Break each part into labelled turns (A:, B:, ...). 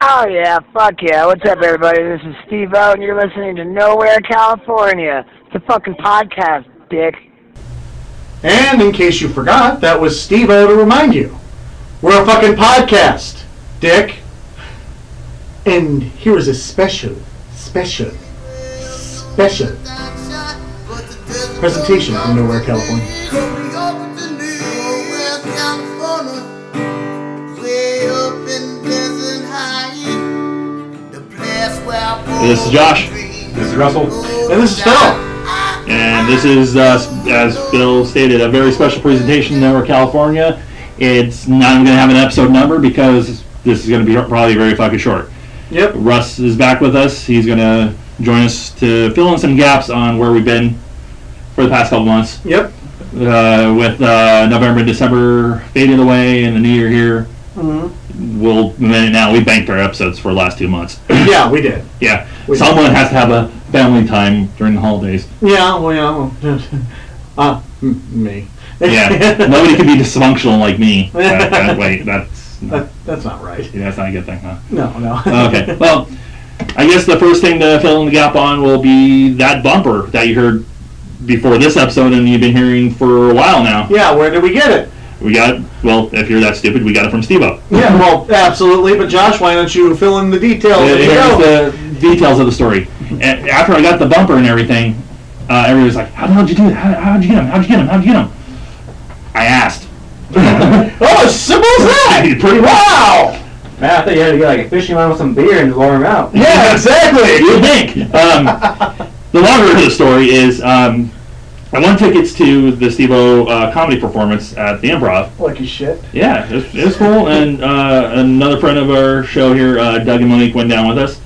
A: Oh yeah, fuck yeah. What's up everybody? This is Steve O and you're listening to Nowhere California. It's a fucking podcast, dick.
B: And in case you forgot, that was Steve O to remind you. We're a fucking podcast, Dick. And here is a special, special, special presentation from Nowhere, California.
C: This is Josh.
D: This is Russell.
B: And this is Phil.
C: And this is, uh, as Bill stated, a very special presentation in Denver, California. It's not even going to have an episode number because this is going to be probably very fucking short.
B: Yep.
C: Russ is back with us. He's going to join us to fill in some gaps on where we've been for the past couple months
B: Yep.
C: uh, with uh, November and December fading away and the new year here.
B: mm-hmm.
C: We'll now we banked our episodes for the last two months.
B: Yeah, we did.
C: yeah,
B: We-
C: someone has to have a family time during the holidays.
B: Yeah, well, yeah. well, uh, m- me.
C: Yeah, nobody can be dysfunctional like me. That, that, wait, that's
B: That- that's not right.
C: yeah, that's not a good thing, huh?
B: No, no.
C: Okay, well, I guess the first thing to fill in the gap on will be that bumper that you heard before this episode, and you've been hearing for a while now.
B: yeah, where did we get it?
C: We got well, if you're that stupid, we got it from Steve-O.
B: Yeah, well, absolutely. But Josh, why don't you fill in the details?
C: Yeah,
B: of the show?
C: here's the details of the story. And after I got the bumper and everything, uh, everybody was like, "How the hell did you do that? How, how'd you get him? How'd you get him? How'd you get him?" I asked.
B: Oh, as simple as that!
C: Pretty
B: wow!
D: Man, I thought you had to get like a fishing line with some beer and lure him out.
B: Yeah, exactly.
C: You think? Um, the longer of the story is, um, I won tickets to the Steve-O uh, comedy performance at the Improv.
B: Lucky shit.
C: Yeah, it was, it was cool. And uh, another friend of our show here, uh, Doug and Monique, went down with us.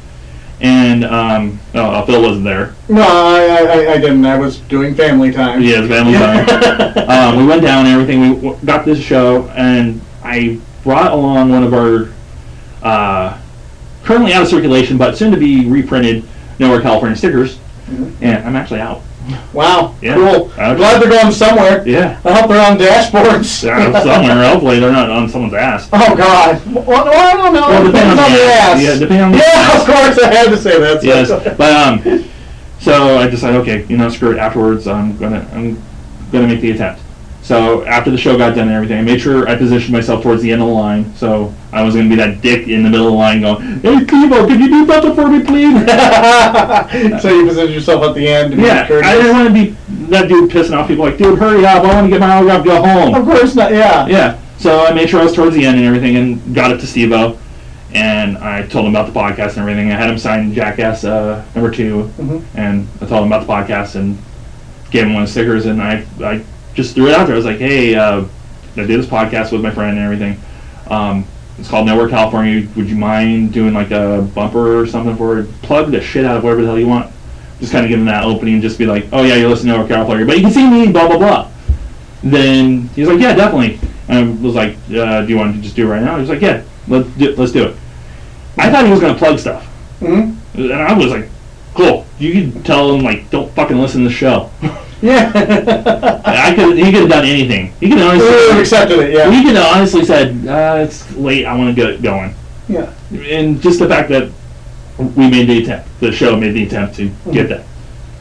C: And um, oh, uh, Phil wasn't there.
B: No, I, I, I didn't. I was doing family time.
C: Yeah, it's family time. um, we went down and everything. We w- got this show, and I brought along one of our uh, currently out of circulation, but soon to be reprinted Nowhere California stickers. And I'm actually out.
B: wow,
C: Yeah.
B: cool.
C: Okay.
B: Glad they're going somewhere.
C: Yeah.
B: I hope they're on dashboards.
C: They're out somewhere. Hopefully, they're not on someone's ass.
B: Oh, God. Well, well, I don't know.
C: Well, depending
B: Depends
C: on
B: on
C: the
B: the
C: ass.
B: Oh, ass.
C: Yeah, depending on the
B: Yeah,
C: ass.
B: of course, I had to say that.
C: yes, but um, so I decided, okay, you know, screw it. Afterwards, I'm gonna I'm gonna make the attempt. So after the show got done and everything, I made sure I positioned myself towards the end of the line, so I was gonna be that dick in the middle of the line going, "Hey, Kibo, could you do better for me, please?"
B: so you positioned yourself at the end. to be
C: yeah,
B: courteous.
C: I didn't want to be that dude pissing off people like, "Dude, hurry up! I want to get my autograph, go home."
B: Of course not, yeah.
C: Yeah. So I made sure I was towards the end and everything, and got it to Steve-O, and I told him about the podcast and everything. I had him sign Jackass uh, number 2
B: Mhm.
C: and I told him about the podcast and gave him one of the stickers, and I I just threw it out there. I was like, hey, uh, I did this podcast with my friend and everything. Um, it's called Nowhere California. Would you mind doing like a bumper or something for it? Plug the shit out of whatever the hell you want. Just kind of give him that opening, just be like, oh yeah, you're listening to Nowhere California, but you can see me, blah blah blah then he was like, yeah, definitely. And I was like, uh, do you want to just do it right now? He was like, yeah, let's do, let's do it. I thought he was going to plug stuff.
B: Mhm.
C: And I was like, cool. You could tell him, like, don't fucking listen to the show.
B: Yeah.
C: I could, he could have done anything. He could have
B: We
C: honestly,
B: would have accepted it, yeah.
C: he could have honestly said, uh, it's late, I want to get it going.
B: Yeah.
C: And just the fact that we made the attempt, the show made the attempt to get that.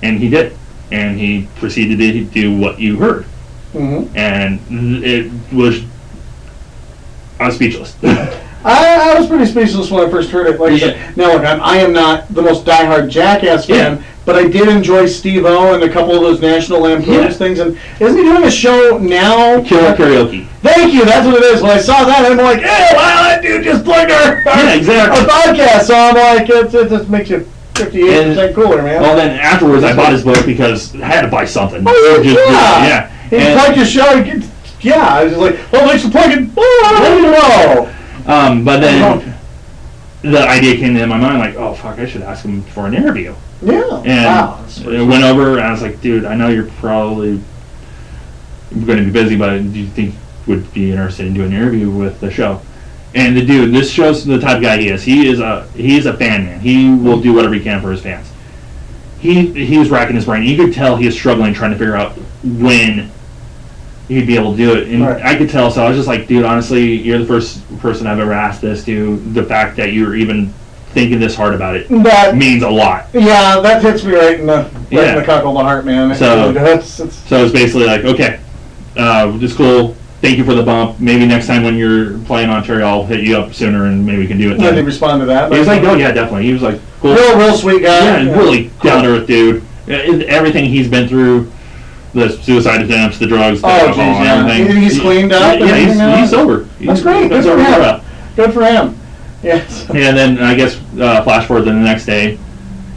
C: And he did. And he proceeded to do what you heard.
B: hmm
C: and it was I was speechless.
B: I, I was pretty speechless when I first heard it. Like I
C: Yeah.
B: said, now look, I'm, I am not the most diehard Jackass fan,
C: Yeah.
B: but I did enjoy Steve O and a couple of those National Lampoons
C: Yeah.
B: things. And isn't he doing a show now?
C: Killer karaoke.
B: Thank you. That's what it is. When I saw that, I'm like, hey, wow, that dude just played our, our,
C: Yeah, exactly.
B: our podcast. So I'm like, it, it just makes you 58 percent
C: And-
B: cooler, man.
C: Well, then afterwards, I bought his book because I had to buy something.
B: Oh,
C: Just- just-
B: yeah.
C: yeah.
B: He
C: And,
B: plugged your show. He gets, yeah, I was just like, well, thanks for plugging. Oh, I don't know.
C: um, but
B: Oh.
C: then the idea came into my mind like, oh fuck, I should ask him for an interview.
B: Yeah.
C: And
B: wow. that's
C: I went over, and I was like, dude, I know you're probably going to be busy, but do you think you would be interested in doing an interview with the show? And the dude, this shows the type of guy he is. He is a he is a fan man. He will do whatever he can for his fans. He he was racking his brain. You could tell he is struggling trying to figure out when he'd be able to do it. And
B: Right.
C: I could tell, so I was just like, dude, honestly, you're the first person I've ever asked this to. The fact that you're even thinking this hard about it
B: That
C: means a lot.
B: yeah, that hits me right in the right
C: Yeah.
B: in the cockle of the heart, man. It
C: So-
B: really does. It's-
C: So it's basically like, okay, uh, it's cool. Thank you for the bump. Maybe next time when you're playing Ontario, I'll hit you up sooner and maybe we can do it
B: did he
C: then.
B: respond to that?
C: He was like, oh, yeah, definitely. He was like, cool.
B: real, real sweet guy.
C: Yeah, and really down to earth dude. Uh, and Everything he's been through, the suicide attempts, the drugs, the
B: Oh,
C: alcohol,
B: geez,
C: and
B: yeah.
C: everything.
B: And he's
C: He-
B: cleaned up and
C: Yeah, he's,
B: everything now?
C: he's sober.
B: That's great.
C: That's
B: Good for
C: sober
B: him.
C: up.
B: Good for him. Yes.
C: And then I guess uh, flash forward to the next day,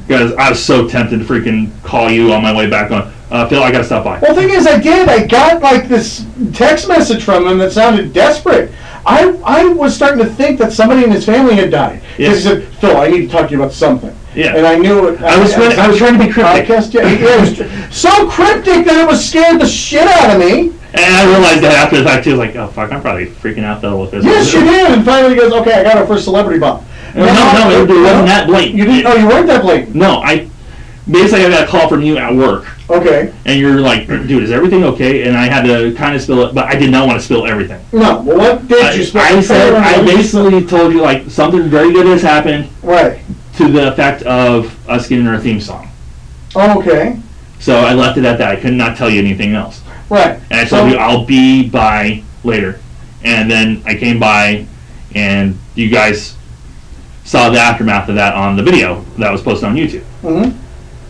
C: because I was so tempted to freaking call you on my way back. On uh, Phil, I gotta stop by.
B: Well, thing is, I did. I got like this text message from him that sounded desperate. I, I was starting to think that somebody in his family had died. 'Cause
C: Yeah.
B: He said, "Phil, I need to talk to you about something."
C: Yeah.
B: And I knew it.
C: I was trying- I was trying to be cryptic.
B: Podcast, yeah, it was so cryptic that it was scared the shit out of me.
C: And I realized that after the fact too, I was like, oh fuck, I'm probably freaking out though with this.
B: Yes, you did. And finally, he goes, "Okay, I got our first celebrity bump."
C: No, no, it wasn't that blatant.
B: You didn't? Oh, you weren't that blatant.
C: No, I basically I got a call from you at work.
B: Okay.
C: and you're like, dude, is everything okay? And I had to kind of spill it, but I did not want to spill everything.
B: No. Well, what did
C: I,
B: you? spend-
C: I said, I basically told you like something very good has happened
B: Right.
C: to the effect of us getting our theme song.
B: Oh, okay.
C: So I left it at that. I could not tell you anything else.
B: Right.
C: And I told you I'll be by later. And then I came by, and you guys saw the aftermath of that on the video that was posted on YouTube
B: Mhm.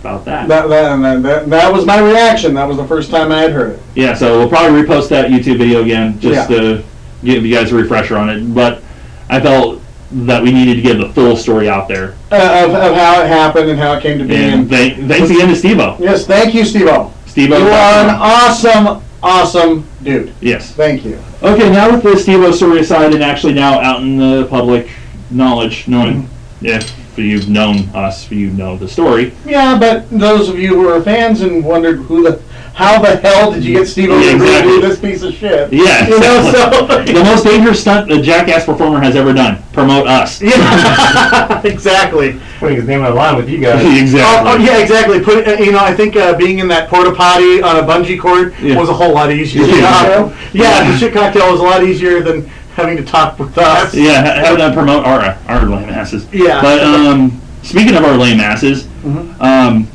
C: about that.
B: That, that, that, that, that was my reaction. That was the first time I had heard it.
C: Yeah, so we'll probably repost that YouTube video again just
B: Yeah.
C: to give you guys a refresher on it. But I felt that we needed to give the full story out there.
B: Uh, of, of how it happened and how it came to be.
C: And
B: And
C: thank, thanks again to Steve-O.
B: yes, thank you, Steve O.
C: Steve-O.
B: You are an awesome, awesome dude.
C: Yes.
B: Thank you.
C: Okay, now with the Steve-O story aside and actually now out in the public knowledge, knowing
B: Mm-hmm.
C: if you've known us, you know the story.
B: Yeah, but those of you who are fans and wondered who the, how the hell did you get Steve O
C: Yeah,
B: to
C: exactly.
B: do this piece of shit?
C: Yeah.
B: You know,
C: exactly. the
B: so.
C: most dangerous stunt a jackass performer has ever done. Promote us.
B: Yeah, exactly.
D: Putting his name on the line with you guys.
C: exactly.
B: Oh, oh, yeah, exactly. Put uh, you know, I think uh, being in that porta potty on a bungee cord
C: Yeah.
B: was a whole lot easier.
C: Yeah.
B: Yeah, yeah the shit cocktail was a lot easier than having to talk with us.
C: Yeah, ha- have them promote our our lame asses.
B: Yeah.
C: But um, speaking of our lame asses,
B: Mm-hmm.
C: um,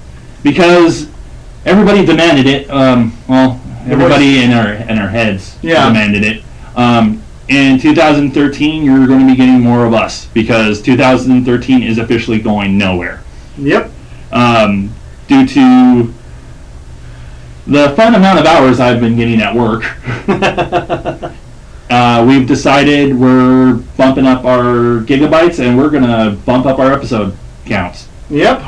C: because everybody demanded it. Um, well, everybody in our in our heads
B: Yeah.
C: demanded it. Um, in 2013, you're going to be getting more of us because 2013 is officially going nowhere
B: Yep.
C: um, due to the fun amount of hours I've been getting at work. uh, we've decided we're bumping up our gigabytes and we're gonna bump up our episode counts.
B: Yep.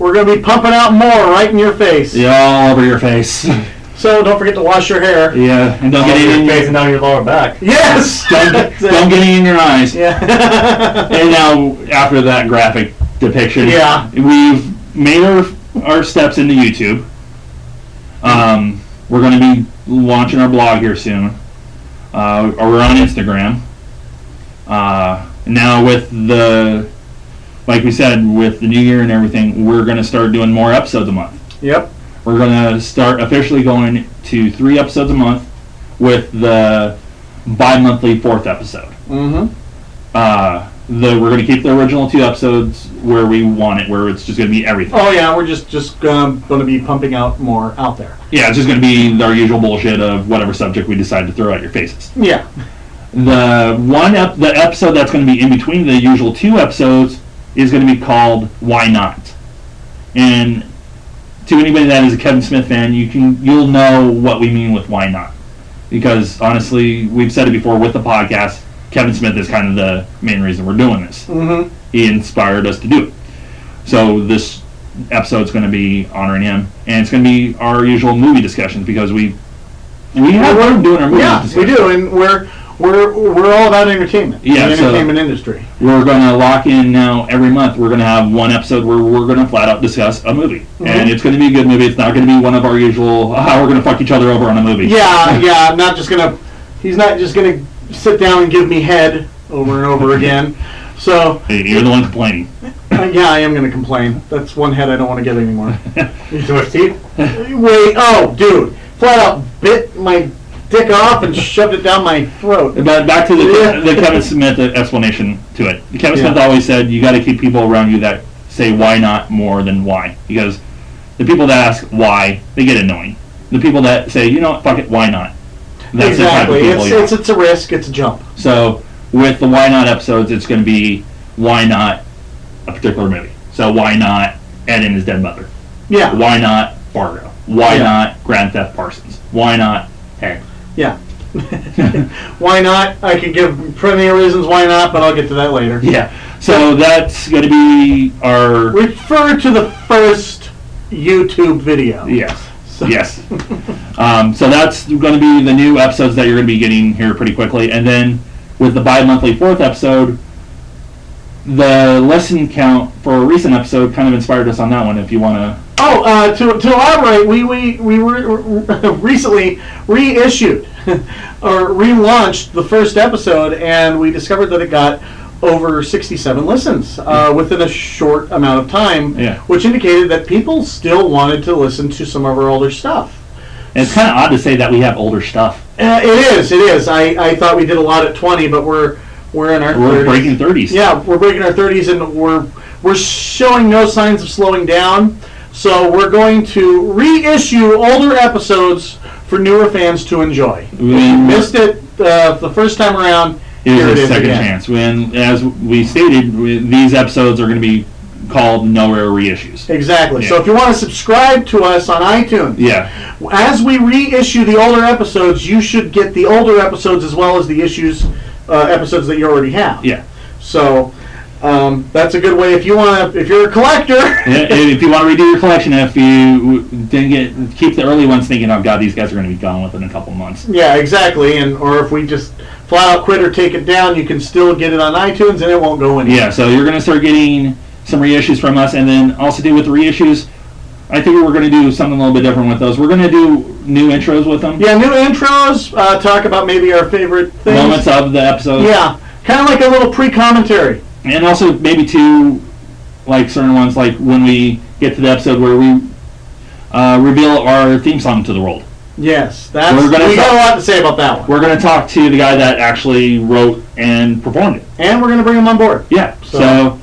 B: We're gonna be pumping out more right in your face.
C: Yeah, all over your face.
B: So don't forget to wash your hair.
C: yeah, and don't get
D: Getting
C: any.
D: your face and down your lower back.
B: Yes.
C: Don't, don't get any in your eyes.
B: yeah.
C: And now, after that graphic depiction,
B: Yeah.
C: we've made our our steps into YouTube. Um, we're going to be launching our blog here soon. Uh, or we're on Instagram. Uh, now with the, like we said, with the new year and everything, we're going to start doing more episodes a month.
B: yep.
C: We're going to start officially going to three episodes a month, with the bi-monthly fourth episode
B: Mm-hmm.
C: uh, the we're going to keep the original two episodes where we want it, where it's just going to be everything.
B: Oh yeah, we're just just um, gonna be pumping out more out there.
C: Yeah, it's just going to be our usual bullshit of whatever subject we decide to throw at your faces.
B: Yeah.
C: The one ep- the episode that's going to be in between the usual two episodes is going to be called "Why Not," and to anybody that is a Kevin Smith fan, you can you'll know what we mean with "Why Not," because honestly, we've said it before with the podcast. Kevin Smith is kind of the main reason we're doing this.
B: Mm-hmm.
C: he inspired us to do it. So this episode's going to be honoring him, and it's going to be our usual movie discussions because we we have fun doing our movie
B: Yeah, we
C: discussions.
B: do, and we're we're we're all about entertainment.
C: Yeah,
B: the
C: so-
B: entertainment industry.
C: We're going to lock in now every month. We're going to have one episode where we're going to flat out discuss a movie,
B: Mm-hmm.
C: and it's going to be a good movie. It's not going to be one of our usual "ah, we're going to fuck each other over on a movie."
B: Yeah, yeah. I'm not just gonna. He's not just gonna sit down and give me head over and over again. So
C: Hey, you're the one complaining.
B: uh, yeah, I am gonna complain. That's one head I don't want to get anymore.
D: Too much teeth?
B: Wait, oh, dude, flat out bit my dick off and shoved it down my throat.
C: But back to the,
B: Yeah.
C: the Kevin Smith explanation to it. Kevin
B: Yeah.
C: Smith always said you got to keep people around you that say why not more than why because the people that ask why they get annoying. The people that say you know what, fuck it why not that's
B: exactly.
C: the type of people.
B: it's,
C: you
B: it's it's a risk. It's a jump.
C: so with the why not episodes, it's going to be why not a particular movie. So why not Ed and his dead mother?
B: Yeah.
C: Why not Fargo? Why
B: Yeah.
C: not Grand Theft Parsons? Why not Hey?
B: Yeah. why not? I could give plenty of reasons why not, but I'll get to that later.
C: Yeah. So that's going to be our
B: Refer to the first YouTube video.
C: Yes. Yes. um, so that's going to be the new episodes that you're going to be getting here pretty quickly. And then with the bi monthly fourth episode, the lesson count for a recent episode kind of inspired us on that one if you want to.
B: Oh, uh, to, to elaborate, we we, we were recently reissued or relaunched the first episode, and we discovered that it got over 67 listens uh, within a short amount of time,
C: Yeah.
B: which indicated that people still wanted to listen to some of our older stuff.
C: And it's kind of odd to say that we have older stuff.
B: Uh, it is, it is. I, I thought we did a lot at 20, but we're we're in our
C: We're
B: 30s.
C: breaking 30s.
B: Yeah, we're breaking our 30s and we're we're showing no signs of slowing down. So we're going to reissue older episodes for newer fans to enjoy. We
C: Mm.
B: missed it uh, the first time around.
C: It
B: Here
C: is a second
B: again.
C: chance. When, as we stated, we, these episodes are going to be called Nowhere Reissues.
B: Exactly. So
C: Yeah.
B: if you want to subscribe to us on iTunes,
C: Yeah.
B: as we reissue the older episodes, you should get the older episodes as well as the issues uh, episodes that you already have.
C: Yeah.
B: So um, that's a good way if you want to if you're a collector.
C: Yeah, if you want to redo your collection, if you didn't get keep the early ones, thinking, "Oh God, these guys are going to be gone within a couple months."
B: Yeah, exactly. And or if we just flat out quit or take it down, you can still get it on iTunes and it won't go anywhere.
C: Yeah, so you're going to start getting some reissues from us, and then also do with the reissues. I think we're going to do something a little bit different with those. We're going to do new intros with them,
B: Yeah, new intros. Uh, talk about maybe our favorite things.
C: moments of the episode,
B: Yeah, kind of like a little pre-commentary.
C: and also maybe two like certain ones, like when we get to the episode where we uh, reveal our theme song to the world.
B: Yes, that's
C: We're
B: we
C: gonna
B: got
C: talk-
B: a lot to say about that one,
C: We're going to talk to the guy that actually wrote and performed it.
B: and we're gonna bring them on board.
C: Yeah.
B: So-
C: So,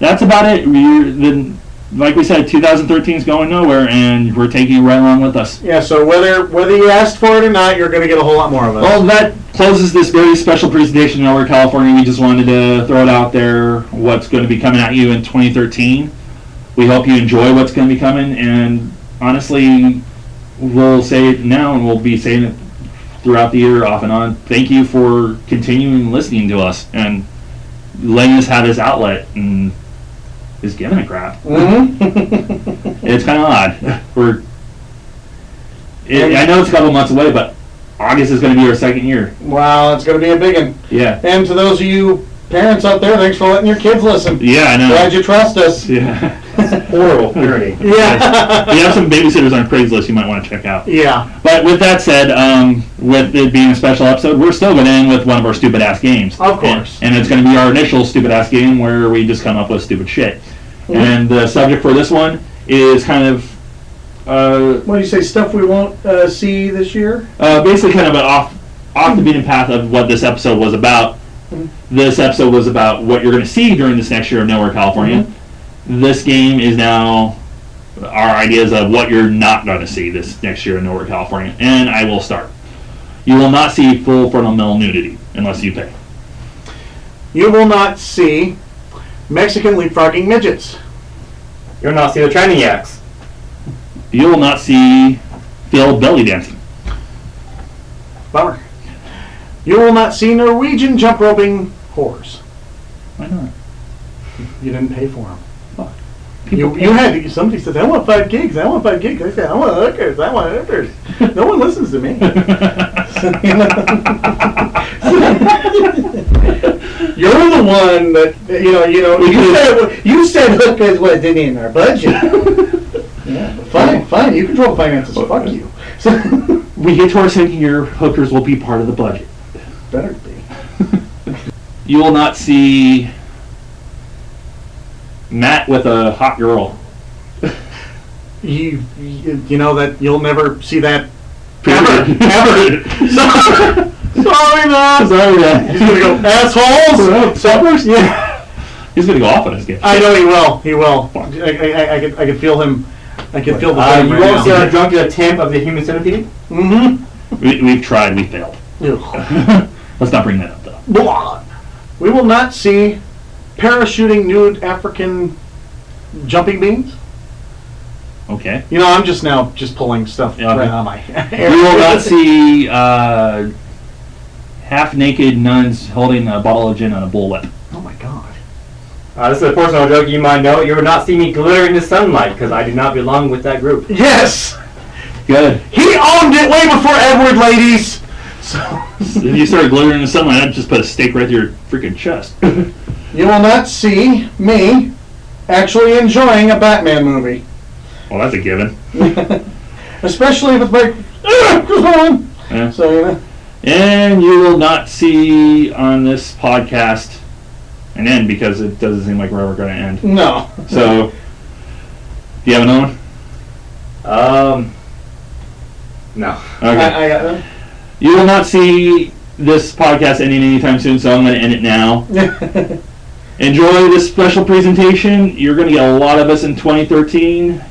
C: that's about it. We're, the, like we said, 2013 is going nowhere, and we're taking it right along with us.
B: Yeah, so whether whether you asked for it or not, you're gonna get a whole lot more of it.
C: Well, that closes this very special presentation in Nowhere, California. We just wanted to throw it out there what's going to be coming at you in 2013. We hope you enjoy what's going to be coming, and honestly, we'll say it now and we'll be saying it throughout the year off and on. Thank you for continuing listening to us and letting us have this outlet and just giving a crap.
B: Mhm.
C: It's kind of odd. We're. It, I know it's a couple months away, but August is going to be our second year.
B: wow, it's gonna be a big one.
C: Yeah.
B: And to those of you parents out there, thanks for letting your kids listen.
C: Yeah, I know.
B: Glad you trust us.
C: yeah.
D: Horrible parody.
B: Yeah.
C: we have some babysitters on Craigslist you might want to check out.
B: yeah.
C: But with that said, um, with it being a special episode, we're still going to end with one of our stupid ass games.
B: Of course.
C: And, and it's going to be our initial stupid ass game where we just come up with stupid shit. And the subject for this one is kind of uh,
B: What do you say? Stuff we won't uh, see this year?
C: uh, basically kind of an off off the beaten path of what this episode was about. This episode was about what you're going to see during this next year of Nowhere California.
D: Mm-hmm.
C: This game is now our ideas of what you're not going to see this next year in Nowhere California, and I will start. You will not see full frontal male nudity unless you pay.
B: You will not see Mexican leapfrogging midgets.
D: You'll not see the training yaks.
C: You will not see Phil belly dancing.
B: Bummer. You will not see Norwegian jump roping whores.
C: Why not?
B: You didn't pay for them.
C: Fuck.
B: You, you had to, somebody says, I want five gigs, I want five gigs. I said, I want hookers, I want hookers. No one listens to me. You're the one that, you know, you know, you said, you said hookers was in in our budget. yeah, fine, fine, you control finances, fuck you. uh,
C: we get to our second year, hookers will be part of the budget.
B: Better be.
C: you will not see Matt with a hot girl.
B: You, you you know that you'll never see that
C: Ever. Ever. So-
B: Sorry, man.
C: Sorry, man.
B: He's gonna go assholes.
C: Suckers?
B: Yeah.
C: He's gonna go off on his game.
B: I know he will. He will.
C: Fuck.
B: I, I, I, I, can, I can feel him. I can feel the
D: Uh,
B: flame
D: you
B: right
D: won't see
B: now.
D: how drunk to a tenth of the human centipede?
B: Mm-hmm.
C: We, we've tried. We failed. Let's not bring that up though.
B: Blah. We will not see parachuting nude African jumping beans.
C: Okay.
B: You know, I'm just now just pulling stuff
C: Yeah, okay.
B: right out of my hair.
C: We will not see uh, half-naked nuns holding a bottle of gin on a bullwhip.
B: Oh my god.
D: Uh, this is a personal joke you might know. You will not see me glitter in the sunlight because I do not belong with that group.
B: Yes,
C: Good.
B: he owned it way before Edward, ladies. So
C: if you started glittering in the sunlight, I'd just put a stake right through your freaking chest.
B: you will not see me actually enjoying a Batman movie,
C: well, that's a given.
B: especially if it's like. "Ugh, go home."
C: Yeah.
B: So you know.
C: And you will not see on this podcast an end because it doesn't seem like we're ever going to end.
B: No.
C: So, do you have another one?
D: Um, no.
C: Okay.
B: I, uh, I got
C: You will not see this podcast ending anytime soon, so I'm going to end it now.
B: that.
C: Enjoy this special presentation. You're going to get a lot of us in 2013.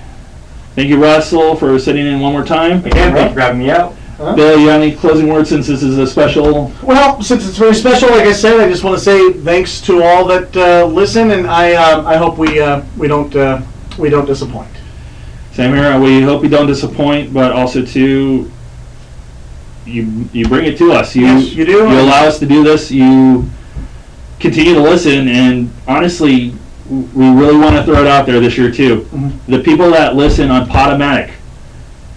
C: Thank you, Russell, for sitting in one more time.
D: Again, thanks for having me out.
C: Bill, you have any closing words since this is a special?
B: well, since it's very special, like I said, I just want to say thanks to all that uh, listen, and I um, I hope we uh, we don't uh, we don't disappoint.
C: Same here. We hope you don't disappoint, but also too, you you bring it to us. You
B: Yes, you do.
C: You allow us to do this. You continue to listen, and honestly, w- we really want to throw it out there this year too.
B: Mhm.
C: The people that listen on Podomatic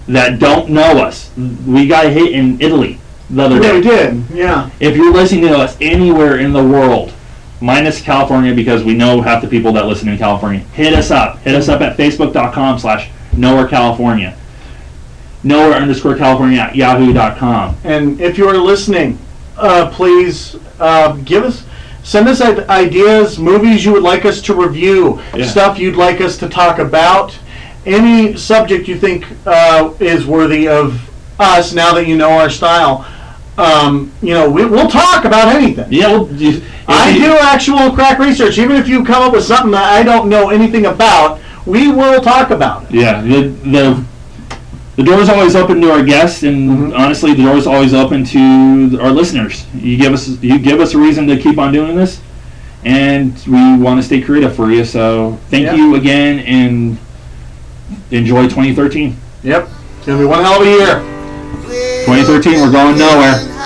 C: that don't know us, we got hit in Italy the other
B: Yeah,
C: day.
B: we did. Yeah.
C: If you're listening to us anywhere in the world, minus California because we know half the people that listen in California, hit us up. Hit us up at facebook.com slash nowhere California. Nowhere underscore California at yahoo.com.
B: And if you are listening, uh, please uh, give us send us i- ideas, movies you would like us to review,
C: Yeah.
B: stuff you'd like us to talk about, any subject you think uh, is worthy of us. Now that you know our style, um, you know we, we'll talk about anything.
C: Yeah, well, you- if
B: I
C: you-
B: do actual crack research. Even if you come up with something that I don't know anything about, we will talk about it.
C: Yeah, the the the door is always open to our guests, and
B: Mhm.
C: honestly, the door is always open to our listeners. You give us you give us a reason to keep on doing this, and we want to stay creative for you. So thank
B: Yeah.
C: you again, and enjoy 2013.
B: Yep, it's gonna be one hell of a year.
C: 2013, we're going nowhere.